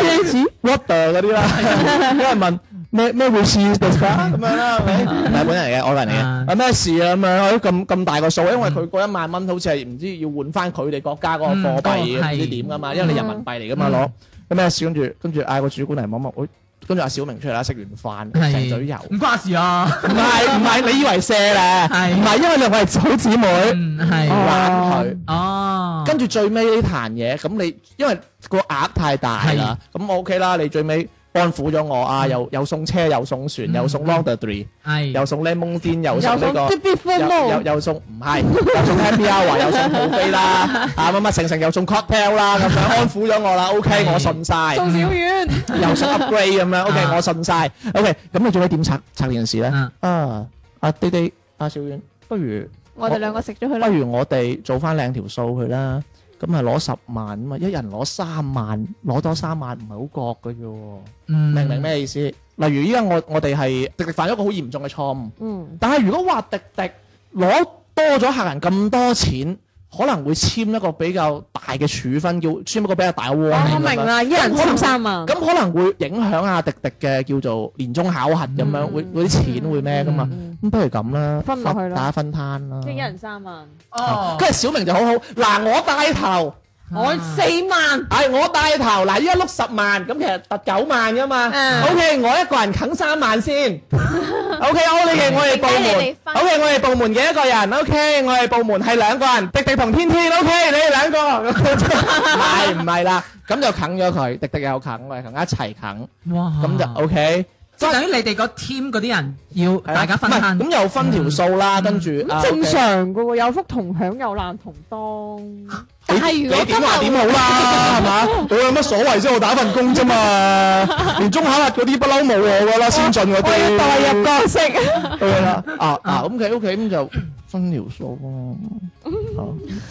B: 咩事。
F: what the 嗰啲啦，有人問咩咩回事 d i 咁樣啦，係咪？日本人嚟嘅，外國人嚟
A: 啊
F: 嘅，啊咩事啊咁樣，咁咁大個數，因為佢嗰一萬蚊好似係唔知要換翻佢哋國家嗰個
A: 嗯嗰
F: 貨幣
A: 個
F: 嘅，
A: 係
F: 唔知點噶嘛，因為你人民幣嚟噶嘛攞，咁咩事？跟住跟住嗌個主管嚟望望，我跟住阿小明出嚟啦，食完飯成嘴油。
A: 唔關事啊，
F: 唔係唔係，你以為射咧？
A: 係
F: 唔係因為你我係好姊妹
A: 嗯係，
F: 玩佢？
A: 哦，
F: 跟住最尾呢壇嘢，咁你因為個額太大啦，咁我 OK 啦，你最尾安撫咗我啊，又又送車，又送船，
A: 嗯
F: 又送 laundry，
A: 係
F: 又送 lemon tea，又
B: 又
F: 送呢
B: 送
F: 個。
B: Baby f
F: 又
B: o
F: 又又送唔係，又送 happy hour，又送布 飛啦，啊乜乜成成又送 cocktail 啦，咁樣安撫咗我啦，OK，
A: 係
F: 我信晒，
B: 宋小遠，
F: 又送 upgrade 咁樣，OK，
A: 啊
F: 我信晒，OK，咁你最尾點拆拆呢件事咧？
A: 啊
F: 啊，阿滴滴，阿小遠，不如
C: 我哋兩個食咗佢
F: 不
C: 啦。
F: 如我哋做翻靚條數佢啦，咁啊攞十萬咁啊，一人攞三萬，攞多三萬唔係好覺嘅啫喎，
A: 嗯
F: 明唔明？咩意思？例如依家我我哋係迪迪犯咗一個好嚴重嘅錯誤，
B: 嗯，
F: 但係如果話迪迪攞多咗客人咁多錢，可能會簽一個比較大嘅處分，叫簽一個比較大嘅 w
B: 哦我明啦，一人簽三萬。
F: 咁可能會影響阿迪迪嘅叫做年終考核咁樣，
B: 嗯
F: 會嗰啲錢會咩噶嘛？
B: 嗯
F: 咁不如咁啦，
B: 分落去啦
F: 大家分攤啦。
B: 即係一人三萬，
A: 哦，
F: 跟住小明就好好，嗱我帶頭，
B: 我四萬，
F: 係我帶頭，嗱依家碌十萬，咁其實得九萬噶嘛。
B: 嗯
F: O K，我一個人啃三萬先。O K，我哋我哋部
G: 點解你哋
F: 門
G: 分
F: ，O K，我哋部門嘅一個人，O K，我哋部門係兩個人，迪迪同天天，O K，你哋兩個，唔係唔係啦，咁就啃咗佢，迪迪又啃，我哋啃一齊啃，
A: 哇，
F: 咁就 O K。
A: 即係等於你哋個 team 嗰啲人要
F: 係啦
A: 大家分
F: 唔係
A: 攤，
F: 咁又分條數啦，跟住啊
B: 咁
F: à,
B: 正
F: OK
B: 常噶喎，有福同享，有難同當。
C: 但係
F: 你
C: 如果今
F: 點話點
C: 日
F: 好啦，係 嘛？我有乜所謂啫？我打份工啫嘛， 年中考核嗰啲不嬲冇我噶啦，先進嗰啲。
B: 我要代入角色，
F: 係啦，啊啊咁佢屋企咁就分條數 咯，啊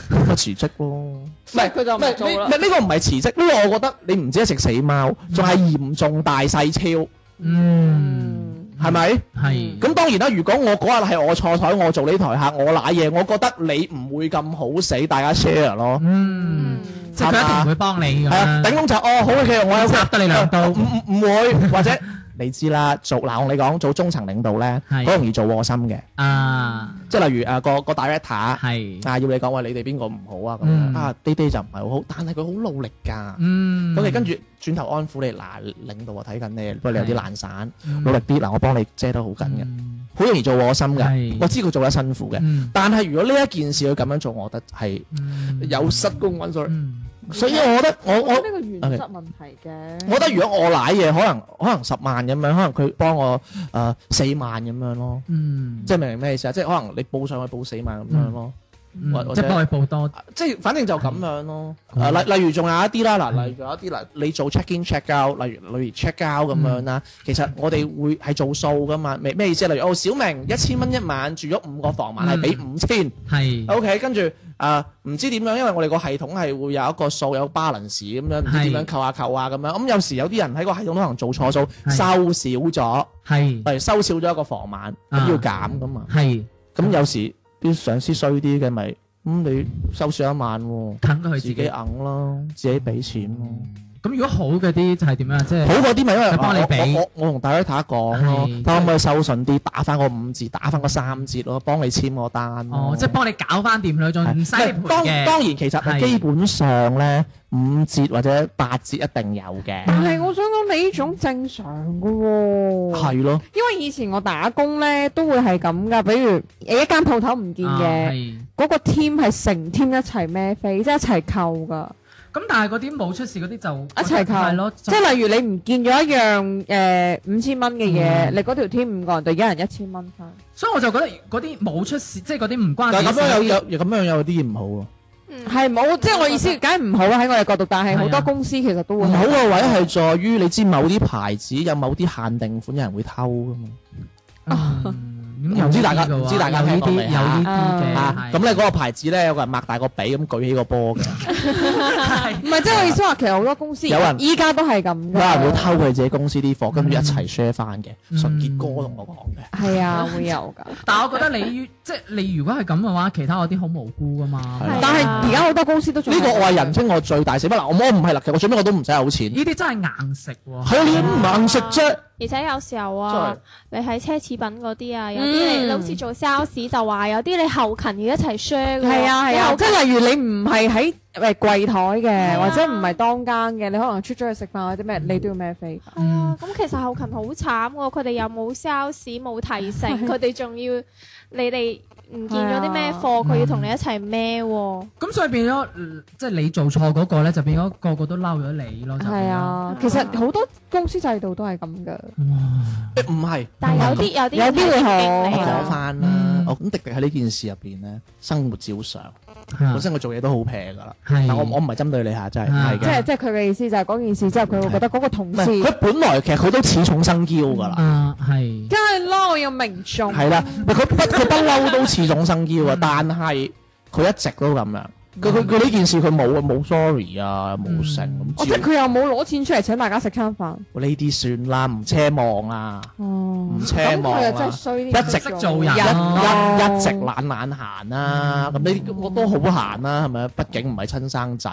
F: 咁咪辭職咯。唔係
B: 佢就唔
F: 係
B: 做啦
F: 呢呢個唔係辭職，呢個我覺得你唔止係食死貓，仲係嚴重大細超，
A: 嗯，
F: 係咪？
A: 係，
F: 咁當然啦，如果我嗰日係我錯台，我做呢台客，我揦嘢，我覺得你唔會咁好死，大家 share 咯。
A: 嗯，即係佢一定會幫你㗎
F: 係啊，頂
A: 啦，
F: 籠就哦，好嘅，其實我有哦
A: 插得你兩刀
F: 唔唔唔會， 或者你知啦，做嗱我同你講，做中層領導咧，
A: 係
F: 好容易做禍心嘅，
A: 啊，
F: 即係例如誒個個 director 啊，
A: 係，
F: 要你講喂，你哋邊個唔好啊咁
A: 嗯
F: 樣啊，滴滴就唔係好好，但係佢好努力㗎。
A: 嗯，
F: 咁你跟住轉頭安撫你嗱，領導啊睇緊你，不過你有啲懶散，
A: 嗯
F: 努力啲嗱，我幫你遮得好緊嘅。
A: 嗯
F: 好容易做我心嘅
A: 係，
F: 我知佢做得辛苦嘅。
A: 嗯
F: 但係如果呢一件事佢咁樣做，我覺得係
A: 嗯
F: 有失公允所以
A: 嗯
F: 所以我覺得我我
B: 我覺得呢個原則問題嘅。
F: 我覺得如果我賴嘢，可能可能十萬咁樣，可能佢幫我誒四萬咁樣咯，
A: 嗯，
F: 即係明唔明咩意思啊？即係可能你報上去報四萬咁樣
A: 嗯
F: 咯。或或
A: 即
F: 者
A: 係幫佢報多，
F: 即係反正就咁樣咯。
A: 嗯
F: 誒，例例如仲有一啲啦，嗱，
A: 嗯
F: 例如有一啲嗱，你做 check in check out，例如例如 check out 咁樣啦，其實我哋會係做數噶嘛，咩咩意思啊？例如哦，小明一千蚊一晚住咗五個房晚係俾五千
A: 係
F: ，OK，跟住誒唔知點樣，因為我哋個系統係會有一個數有 balance 咁樣，唔知
A: 係
F: 點樣扣下扣下咁樣。咁有時有啲人喺個系統可能做錯數，
A: 係
F: 收少咗，
A: 係
F: 例如收少咗一個房晚，
A: 啊
F: 咁要減噶嘛。
A: 係
F: 咁有時啲上司衰啲嘅咪，咁你收少一萬喎。
A: 等佢
F: 佢
A: 自
F: 自
A: 己
F: 己。啊揞咯，自己俾錢咯。
A: 咁如果好嗰啲就係點樣？即係
F: 好嗰啲咪因為
A: 佢幫你俾
F: 我我我我同大家睇講咯，
A: 係
F: 睇可唔可以收順啲，打翻個五字，打翻個三折咯，幫你簽個單咯。
A: 哦，即係幫你搞翻掂佢，仲
F: 係
A: 唔使你
F: 唔
A: 賠
F: 係啊當
A: 嘅。
F: 當然，其實
A: 係
F: 基本上咧五折或者八折一定有嘅，
B: 但係我想講你呢種正常嘅
A: 哦
B: 喎。
F: 係咯。
B: 因為以前我打工咧都會係咁噶，比如一間鋪頭唔見
A: 啊
B: 嘅，
A: 係
B: 嗰、個 team 係成 team 一齊孭飛，即係一齊扣噶，
A: 咁但係嗰啲冇出事嗰啲就
B: 一齊扣。
A: 係咯，
B: 即係例如你唔見咗一樣誒五千蚊嘅嘢，
A: 嗯
B: 你嗰條 team 五個人就一人一千蚊翻。
A: 所以我就覺得嗰啲冇出事，即係嗰啲唔關
F: 但
A: 事。
F: 係咁樣有有有咁樣有啲唔好喎。
G: 嗯
B: 係冇，即係我意思，梗係唔好啦喺我哋角度，但係好
A: 係
B: 多
A: 啊
B: 公司其實都會
F: 唔好嘅位係在於你知某啲牌子有某啲限定款，有人會偷噶嘛。
A: 嗯咁
F: 唔知大家
A: 有呢啲嘅話
F: 唔知大家
A: 有呢
F: 聽過
A: 啲
F: 未啊
A: 有呢啲嘅
F: 啊，
A: 係
F: 咁你 嗰個牌子咧有個人擘大個髀咁舉起個波嘅，
B: 唔係，即係我意思話，其實好多公司
F: 有人
B: 依家都係 咁
F: 有
B: 噶，
F: 人會偷佢自己公司啲貨，跟住一齊 share 翻嘅。
A: 嗯
F: 純潔哥同我講嘅。
B: 係啊，會 有噶。
A: 但係我覺得你即係你如果係咁嘅話，其他嗰啲好無辜噶嘛。
F: 係啊
B: 但係而家好多公司都仲
F: 嗯呢個我係
B: 係
F: 人稱我最大死不嗱，我我唔係啦，其實我最尾我都唔使有錢。
A: 呢啲真係硬食喎。
F: 係啊你唔硬食啫，
C: 而且有時候啊，你喺奢侈品嗰啲啊，有啲你
B: 嗯
C: 你好似做 sales 就話有啲你後勤要一齊 share 嘅喎
B: 係啊係
C: 你
B: 啊，
C: 後
B: 即
C: 勤
B: 係例如你唔係喺誒櫃枱嘅，
C: 係啊
B: 或者唔係當間嘅，你可能出咗去食飯或者咩，你都要孭飛。
C: 係
A: 嗯
C: 啊，咁其實後勤好慘喎，佢哋又冇 sales 冇 提成，佢哋仲要你哋唔見咗啲咩貨，佢要同你一齊孭喎。
A: 咁所以變咗，嗯即係你做錯嗰個咧，就變咗個個都嬲咗你咯。就變咗
B: 係，啊，其實好多公司制度都係咁噶。
F: 誒唔係
C: 但係有啲有啲
B: 有啲會好
F: 我
C: 係
F: 講
C: 啊
F: 翻啦
A: 嗯。
F: 我咁迪迪喺呢件事入邊咧，生活照常，本
A: 係
F: 身我做嘢都好平㗎啦。
A: 啊係
F: 但我我唔係針對你下，真係唔
A: 啊
F: 係
B: 即
F: 嘅。
B: 係即係佢嘅意思就係嗰件事之後，佢會覺得嗰個同
F: 唔
B: 事
F: 係佢本來其實佢都恃重生驕㗎啦。
A: 啊，係
B: 梗係啦，我有命
A: 嗯
B: 中。
F: 係啦，唔係佢不佢不嬲都恃重生驕啊，但係佢一直都咁樣。佢
A: 嗯
F: 佢佢呢件事佢冇啊，冇 sorry 啊，冇成
B: 我
F: 咁
B: 即
F: 照
B: 係。佢又冇攞錢出嚟請大家食餐飯。
F: 呢啲算啦，唔奢望啊，
B: 哦，
F: 唔
B: 咁
F: 奢望
B: 佢又真
F: 啊
B: 係。衰啲，
F: 一直
A: 識做人
F: 一
A: 咯
F: 一一直懶懶閒啊
B: 嗯
F: 啦，咁呢啲我都好閒啦，係咪？畢竟唔係親生仔，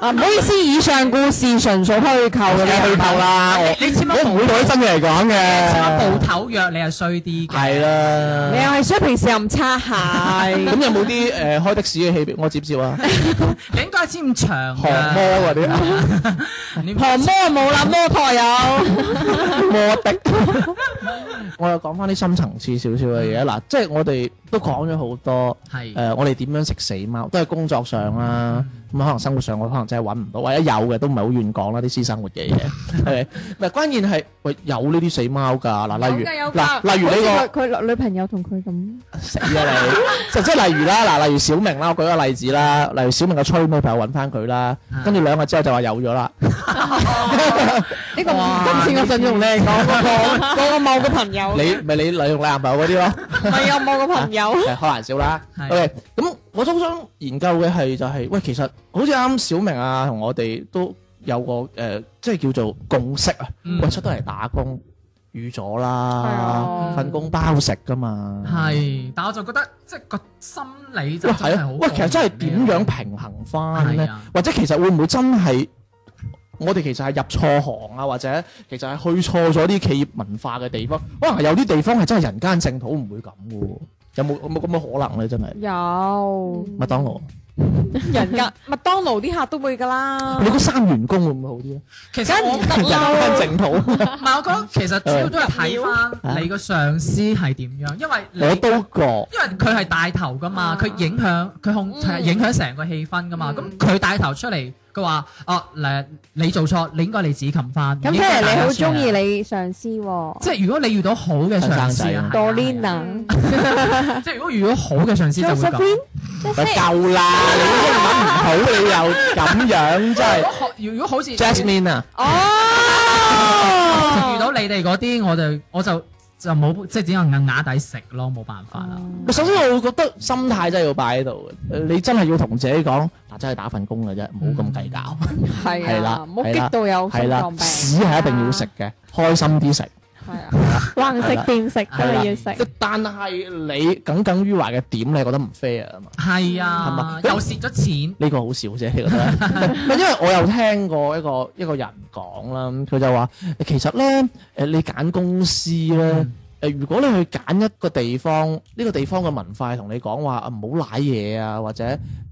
B: 啊，唔好意思，以上故事純屬虛構嘅啫，
F: 去透啦，我
A: 你千
F: 我
A: 萬
F: 唔會攞啲真嘢嚟講
A: 報
F: 嘅，
A: 頭約你係衰啲嘅。
F: 係
B: 你
F: 啦。
B: 又係衰，平時又唔擦鞋。
F: 咁有冇啲誒開的士嘅戲俾我接接 啊？
A: 你應該係咁長
F: 航魔
A: 嘅。
F: 嗰啲啊，
A: 你
B: 婆魔冇啦，魔婆有。
F: 魔的。 我又講翻啲深層次少少嘅嘢嗱，即係我哋都講咗好多。誒、
A: 係
F: 呃我哋點樣食死貓，都係工作上啦，咁、可能生活上我可能真係揾唔到，或者有嘅都唔係好願講啦，啲私生活嘅嘢，係咪？唔係關鍵係喂有呢啲死貓㗎嗱，例如嗱，例如呢、個
B: 個佢女朋友同佢咁，
F: 死啊你，就即係例如啦嗱，例如小明啦，我舉個例子啦，例如小明嘅吹妹朋友揾翻佢啦，跟住兩日之後就話有咗啦，
B: 呢個
A: 哇
B: 今次我想用你嚟講嗰個嗰個某個朋友，
F: 你咪你利用你男朋友嗰啲咯。
B: 咪有某個朋友。
F: 係開玩笑啦。
A: 係啊
F: OK，咁我都想研究嘅係就係、喂，其實好似啱小明啊，同我哋都有個誒、呃即係叫做共識啊。
A: 嗯
F: 喂，出得嚟打工預咗
B: 係
F: 啦
B: 啊，
F: 份工包食噶嘛。
A: 係，但我就覺得即係個心理就真
F: 喂，係
A: 係
F: 啊
A: 好。。
F: 喂，其實真係點樣？平衡翻
A: 係
F: 咧
A: 啊？
F: 或者其實會唔會真係？我哋其實係入錯行啊，或者其實係去錯咗啲企業文化嘅地方，可能有啲地方係真係人間淨土唔會咁嘅喎，有冇有冇咁嘅可能咧？真係
B: 有
F: 麥當勞
B: 人格麥當勞啲客都會㗎啦
F: 你。嗰三員工會唔會好啲咧？
A: 其實
B: 梗
A: 我
B: 唔
A: 唔
B: 得
F: 人
B: 啦
F: 間，淨土，
A: 係，我覺得其實主要都係睇翻你個上司係點樣，因為
F: 啊我
A: 你。
F: 都過。
A: 因為佢係帶頭噶嘛，佢影響佢控係影響成個氣氛噶嘛。咁佢帶頭出嚟，佢話：哦，嗱，你做錯，你應該你自己冚翻。
B: 咁
A: 唔
B: 即
A: 應該
B: 係
A: 大
B: 你
A: 家
B: 好
A: 出嚟
B: 中意你上司喎
A: 啊即係如果你遇到好嘅上司
F: 後生仔
A: 啊
F: 啊
A: 係啊
B: Dorina。
A: 即係如果遇到好嘅上司就會咁
B: Josephine？。
F: 喂夠啦！你英文唔好，你又咁
A: 如
F: 樣真係
A: 果好如果好似
F: Jasmine 啊！
B: 哦，
A: 遇到你哋嗰啲，我就我就就冇即係只能硬啞底食咯，冇辦法啦。
F: 首先我會覺得心態真係要擺喺度嘅，你真係要同自己講，嗱真係打份工嘅啫，唔好咁計較。
B: 係
F: 係
B: 啊，
F: 啦
B: 唔好激到有心
F: 係啦
B: 臟，病。
F: 屎係一定要食嘅，開心啲食。
B: 係啊，
C: 橫食電食
A: 係
C: 真
A: 啦
C: 係要食。
F: 但係你耿耿於懷嘅點，你覺得唔 fair 啊嘛？
A: 係
F: 係
A: 啊
F: 嘛，
A: 又蝕咗錢。
F: 呢個好少啫，你覺得？唔係因為 我有聽過一個一個人講啦，咁佢就話其實咧，誒你揀公司咧
A: 嗯，
F: 誒如果你去揀一個地方，呢個地方嘅文化係同你講話啊唔好賴嘢啊，或者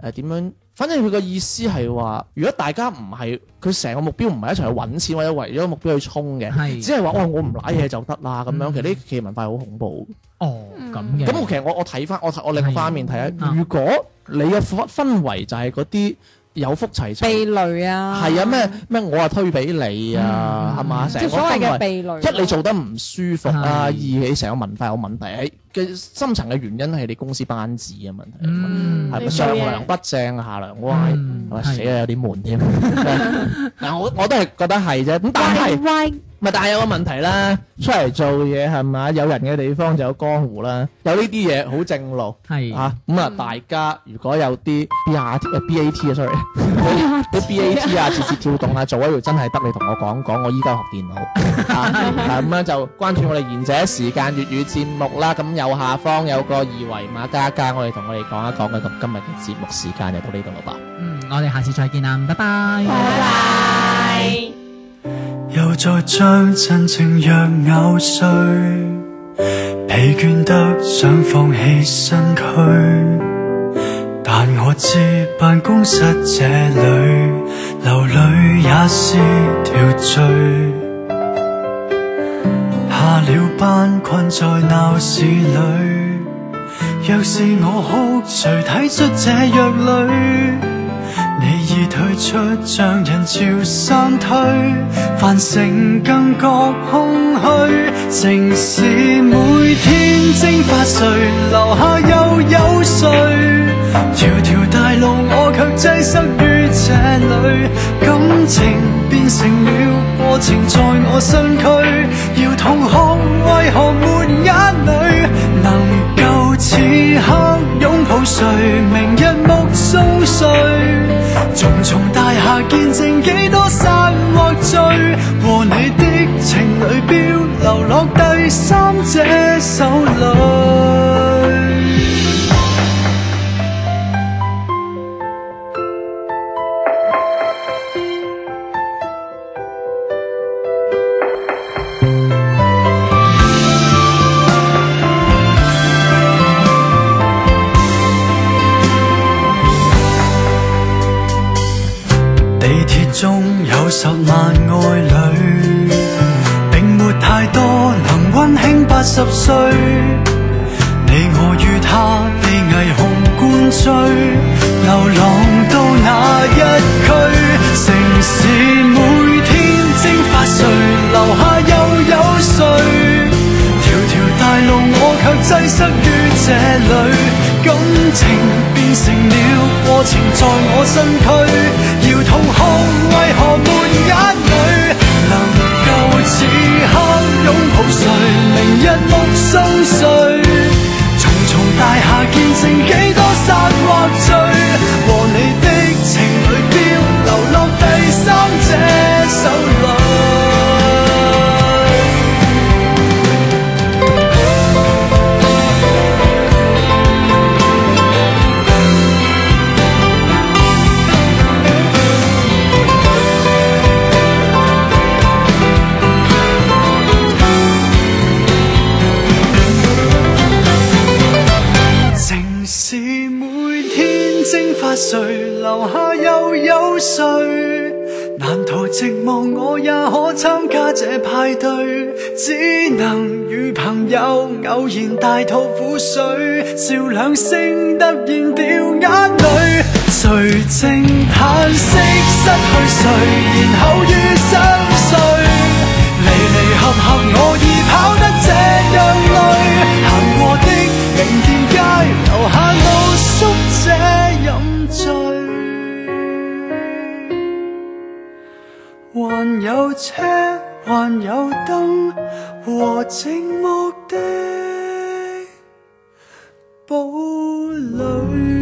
F: 誒點樣，反正佢個意思係話，如果大家唔係佢成個目標唔係一齊去揾錢或者為咗個目標去衝
A: 係
F: 嘅，只係話哦我唔賴嘢就得啦咁樣，
A: 嗯
F: 其實呢企業文化係好恐怖。
A: 哦，咁嘅。
F: 嗯咁我其實我我睇翻我睇我另一方面睇
A: 啊
F: 啊，如果你嘅氛氛圍就係嗰啲有福齊齊。
B: 避雷啊，
F: 係啊，咩咩我啊推俾你啊，係嘛？
B: 即係
F: 成個
B: 所謂
F: 氛
B: 嘅
F: 圍，
B: 避雷。
F: 一你做得唔舒服啦，
A: 係
F: 二你成個文化有問題，係嘅深層嘅原因係你公司班子嘅問題，係
A: 嗯
C: 你
F: 咪
C: 做
F: 上
C: 嘢
F: 梁不正下梁歪？
A: 嗯
F: 係咪
A: 係
F: 死啊，有 啲悶添。 嗱，我我都係覺得係啫，咁但係
B: 喂，
F: 咪但係有個問題啦，出嚟做嘢係嘛，有人嘅地方就有江湖啦，有呢啲嘢好正路。
A: 係
F: 啊，咁啊，大家如果有啲 B R T 啊 B A T 啊，sorry，啲 B A T 啊，字節跳動啊，做一條真係得你同我講講，我依家學電腦 啊，啊咁樣就關注我哋賢者時間粵語節目啦。咁右下方有個二維碼加一加，我哋同我哋講一講嘅。咁今日嘅節目時間就到呢度啦噃。
A: 嗯，我哋下次再見啦，拜拜。
I: 又再將真情若咬碎，疲倦得想放棄身軀，但我知辦公室這裏流淚也是條罪。下了班困在鬧市裏，若是我哭，誰睇出這弱女？你已退出，像人潮散退，繁盛更覺空虛。城市每天蒸發誰，留下又有誰？條條大路我卻擠塞於這裏，感情變成了過程，在我身軀，要痛哭，為何沒眼淚？能夠此刻擁抱誰，明日目送誰？重重大廈見證幾多散或聚，和你的情侶表流落第三者手裏。地鐵中有十萬愛侶，並沒太多能温馨八十歲。你我與他被霓虹灌醉，流浪到那一區，城市每天蒸發誰，留下又有誰？條條大路我卻擠塞於這裏。感情變成了過程，在我身軀，要痛哭，為何沒眼淚？能夠此刻擁抱誰，明日目送誰？重重大廈見證幾多散或聚，和你的情侶標流落第三者手裏。城市每天蒸發誰留下又有誰？難逃寂寞，我也可參加這派對，只能與朋友偶然大吐苦水，笑兩聲突然掉眼淚。誰正嘆息失去誰，然後遇上誰？離離合合，我已跑得這樣累，行過的名店街，留下露宿者飲醉。還有車，還有燈和寂寞的堡壘。